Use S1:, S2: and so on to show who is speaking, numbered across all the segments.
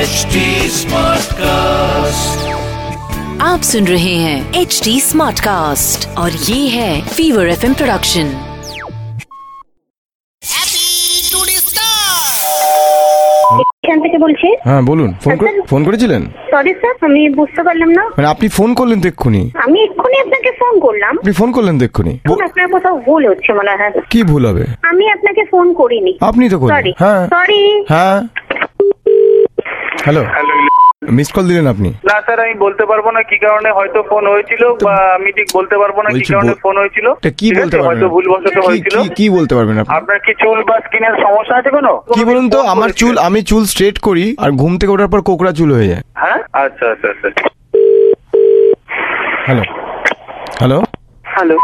S1: HD Smartcast.
S2: आप सुन रहे हैं एच डी स्मार्ट कास्ट और ये है फीवर एफ प्रोडक्शन
S3: এখান থেকে বলছি
S4: হ্যাঁ বলুন ফোন করে
S3: আচ্ছা।
S4: ফোন করেছিলেন
S3: সরি স্যার আমি বুঝতে পারলাম না
S4: মানে আপনি ফোন করলেন তো এক্ষুনি
S3: আমি এক্ষুনি আপনাকে ফোন করলাম
S4: আপনি ফোন করলেন তো এক্ষুনি ব-
S3: আপনার কোথাও ভুল হচ্ছে মনে হয়
S4: কি ভুল হবে
S3: আমি আপনাকে ফোন করিনি
S4: আপনি তো
S3: সরি
S4: করলেন আচ্ছা, হ্যাঁ
S3: সরি
S4: হ্যাঁ হ্যালো
S5: হ্যালো
S4: মিস কল দিলেন আপনি
S5: না স্যার আমি বলতে পারবো না কি কারণে হয়তো ফোন হয়েছিল বা আমি ঠিক বলতে পারবো না কি
S4: বলছি
S5: কারণে
S4: বল-
S5: ফোন হয়েছিল
S4: এটা কি
S5: ঠিক
S4: বলতে
S5: আছে?
S4: পারবেন
S5: হয়তো ভুলবশত
S4: কি-
S5: হয়েছিল
S4: কি কি বলতে পারবেন আপনি
S5: আপনার কি চুল বা স্কিনের সমস্যা আছে কোনো
S4: কি বলুন তো আমার চুল আমি চুল স্ট্রেট করি আর ঘুম থেকে ওঠার পর কোকড়া চুল হয়ে যায়
S5: হ্যাঁ আচ্ছা আচ্ছা আচ্ছা
S4: হ্যালো হ্যালো
S5: হ্যালো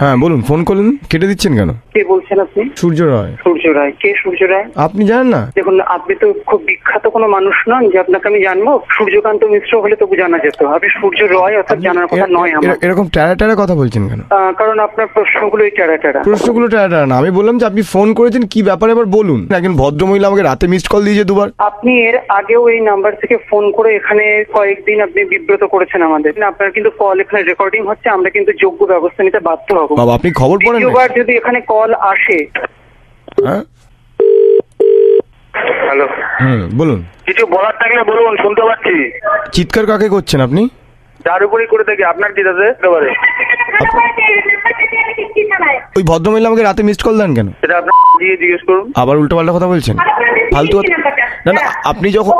S4: হ্যাঁ বলুন ফোন করলেন কেটে দিচ্ছেন কেন
S5: কে বলছেন আপনি
S4: সূর্য রায়
S5: সূর্য রায় কে সূর্য রায়
S4: আপনি জানেন না
S5: দেখুন আপনি তো খুব বিখ্যাত কোনো মানুষ নন যে আপনাকে আমি জানবো সূর্যকান্ত মিশ্র হলে তবু জানা যেত আপনি সূর্য রায় অর্থাৎ জানার কথা
S4: এ-
S5: নয় আমার
S4: এ- এরকম ট্যারা ট্যারা কথা বলছেন কেন
S5: আহ, কারণ আপনার প্রশ্নগুলোই টেরা টেরা
S4: প্রশ্নগুলো টেরা টেরা না আমি বললাম যে আপনি ফোন করেছেন কি ব্যাপারে এবার বলুন একজন ভদ্রমহিলা আমাকে রাতে মিসড কল দিয়েছে দুবার
S5: আপনি এর আগেও এই নাম্বার থেকে ফোন করে এখানে কয়েকদিন আপনি বিব্রত করেছেন আমাদের না, আপনার কিন্তু কল এখানে রেকর্ডিং হচ্ছে আমরা কিন্তু যোগ্য ব্যবস্থা নিতে বাধ্য হব
S4: বাবা আপনি খবর পড়েন নাকি?
S5: দ্বিতীয়বার যদি এখানে কল আসে
S4: হ্যাঁ
S5: হ্যালো
S4: হুম বলুন
S5: কিছু বলার থাকলে বলুন শুনতে পাচ্ছি
S4: চিৎকার কাকে করছেন আপনি
S5: যার উপরেই করে থাকি আপনার কি আছে এবারে
S4: আচ্ছা। ওই ভদ্রমহিলা আমাকে রাতে মিসড কল দেন কেন
S5: সেটা আপনার দিয়ে জিজ্ঞেস করুন
S4: আবার উল্টোপাল্টা কথা বলছেন ফালতু কথা- না না আপনি যখন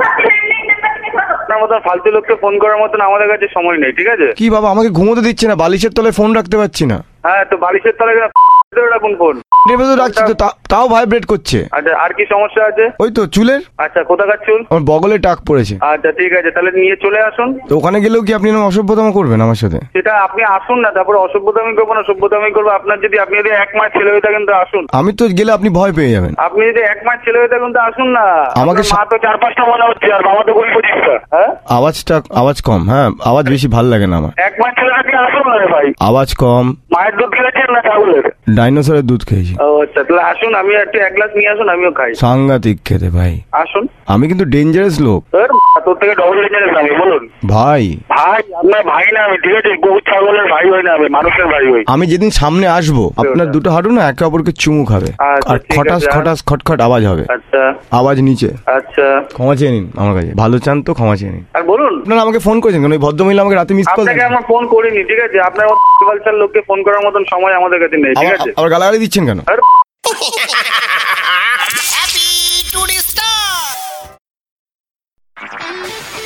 S5: আপনার মতন ফালতু লোককে ফোন করার মতন আমাদের কাছে সময় নেই ঠিক আছে
S4: কি বাবা আমাকে ঘুমোতে দিচ্ছে না বালিশের তলায় ফোন রাখতে পারছি না
S5: হ্যাঁ তো বালিশের তলায় গেলে ধরে রাখুন ফোন
S4: টেবিল তো রাখছি তো তা- তাও ভাইব্রেট করছে
S5: আচ্ছা আর কি সমস্যা আছে
S4: ওই তো চুলের
S5: আচ্ছা কোথাকার চুল
S4: আমার বগলে টাক পড়েছে
S5: আচ্ছা ঠিক আছে তাহলে নিয়ে চলে আসুন
S4: তো ওখানে গেলেও কি আপনি এরকম অসভ্যতম করবেন আমার সাথে
S5: সেটা আপনি আসুন না তারপর অসভ্যতামি করবো না সভ্যতামি করবো আপনার যদি আপনি যদি এক মাস ছেলে হয়ে থাকেন তো আসুন
S4: আমি তো গেলে আপনি ভয় পেয়ে যাবেন
S5: আপনি যদি এক মাস ছেলে হয়ে থাকেন তো আসুন না
S4: আমাকে
S5: আমাকে
S4: সা-
S5: মা তো চার পাঁচটা মনে হচ্ছে আর বাবা তো কুড়ি পঁচিশটা হ্যাঁ
S4: আওয়াজটা আওয়াজ কম হ্যাঁ আওয়াজ বেশি ভাল লাগে না আমার
S5: এক মাস ছেলে থাকলে আসুন না রে ভাই
S4: আওয়াজ কম
S5: মায়ের দুধ খেয়েছেন না ছাগলের
S4: ডাইনোসরের দুধ খেয়েছি
S5: ও আচ্ছা তাহলে আসুন আমি একটু এক গ্লাস নিয়ে আসুন আমিও খাই
S4: সাংঘাতিক খেতে ভাই
S5: আসুন
S4: আমি কিন্তু ডেঞ্জারাস লোক
S5: এর তোর থেকে ডবল রেঞ্জারের আমি বলুন
S4: ভাই
S5: ভাই আপনার ভাই না আমি ঠিক আছে কুকুর ছাগলের ভাই হই না আমি মানুষের ভাই হই
S4: আমি যেদিন সামনে আসবো আপনার দুটো হাঁটু না একে অপরকে চুমু খাবে
S5: আচ্ছা,
S4: আর
S5: ঠিক আছে,
S4: খটাস
S5: আর-
S4: খটাস খটখট আওয়াজ হবে
S5: আচ্ছা
S4: আওয়াজ নিচে
S5: আচ্ছা
S4: ক্ষমা চেয়ে নিন আমার কাছে ভালো চান তো ক্ষমা চেয়ে নিন
S5: আর বলুন
S4: আপনারা আমাকে ফোন করেছেন কেন ওই ভদ্রমহিলা আমাকে রাতে মিস কল
S5: আপনাকে আমরা ফোন করিনি ঠিক আছে আপনার কালচার লোককে ফোন করার মতন সময় আমাদের কাছে নেই ঠিক আছে
S4: আবার গালাগালি দিচ্ছেন কেন